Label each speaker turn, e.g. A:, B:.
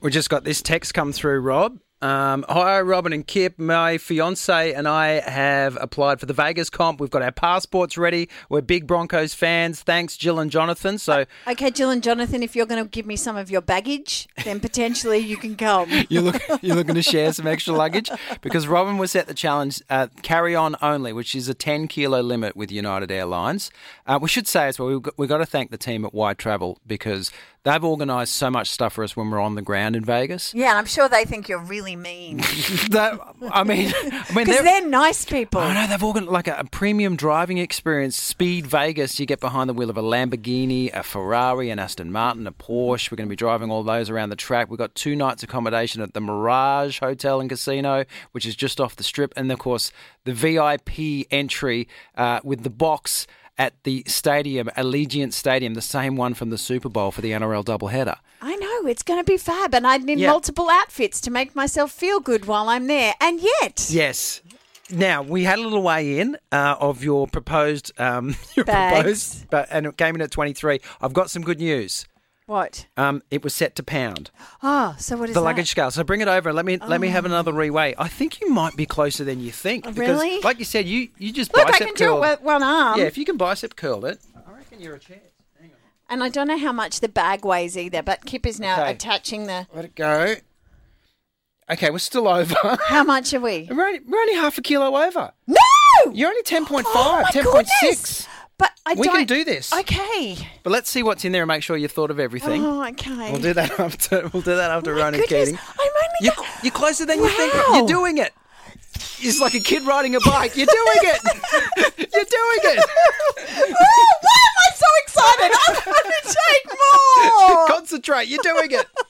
A: We just got this text come through, Rob. Um, Hi, Robin and Kip. My fiance and I have applied for the Vegas comp. We've got our passports ready. We're big Broncos fans. Thanks, Jill and Jonathan. So
B: Okay, Jill and Jonathan, if you're going to give me some of your baggage, then potentially you can come.
A: you look you're looking to share some extra luggage because Robin was set the challenge uh, carry on only, which is a ten kilo limit with United Airlines. Uh, we should say as well we've got, we've got to thank the team at Wide Travel because they've organised so much stuff for us when we're on the ground in Vegas.
B: Yeah, and I'm sure they think you're really mean
A: that, I mean, I mean
B: because they're nice people.
A: I know they've all got like a, a premium driving experience. Speed Vegas, you get behind the wheel of a Lamborghini, a Ferrari, an Aston Martin, a Porsche. We're going to be driving all those around the track. We've got two nights accommodation at the Mirage Hotel and Casino, which is just off the strip, and of course the VIP entry uh, with the box at the stadium, Allegiant Stadium, the same one from the Super Bowl for the NRL doubleheader.
B: I know, it's going to be fab, and I'd need
A: Yeah.
B: multiple outfits to make myself feel good while I'm there. And yet,
A: Yes. Now we had a little weigh in uh, of your proposed um, your
B: Bags.
A: proposed, but and it came in at twenty three. I've got some good news.
B: what?
A: Um, it was set to pound
B: Oh, so what is
A: the
B: that?
A: luggage scale. So bring it over and let me let me have another reweigh. I think you might be closer than you think.
B: Oh,
A: because,
B: really?
A: Like you said, you you just
B: Look, I
A: bicep
B: can do
A: curled.
B: it with um, one arm.
A: yeah, if you can bicep curl it, I reckon you're a chance. Hang on,
B: And I don't know how much the bag weighs either, but Kip is now
A: Okay.
B: attaching the.
A: let it go. Okay, we're still over.
B: How much are we?
A: we're, only, we're only half a kilo over.
B: No!
A: You're only ten point
B: Oh,
A: five,
B: my
A: ten point
B: goodness!
A: six.
B: But I
A: We can
B: don't-
A: do this.
B: Okay.
A: But let's see what's in there and make sure you thought of everything.
B: Oh, okay.
A: We'll do that after. We'll do that after
B: Oh My
A: Ronan
B: goodness,
A: Keating.
B: I'm only
A: You're,
B: got-
A: you're closer than you think.
B: Wow.
A: You're doing it. It's like a kid riding a bike. You're doing it. you're doing it.
B: oh, why am I so excited? I want to take more. Oh.
A: Concentrate. You're doing it.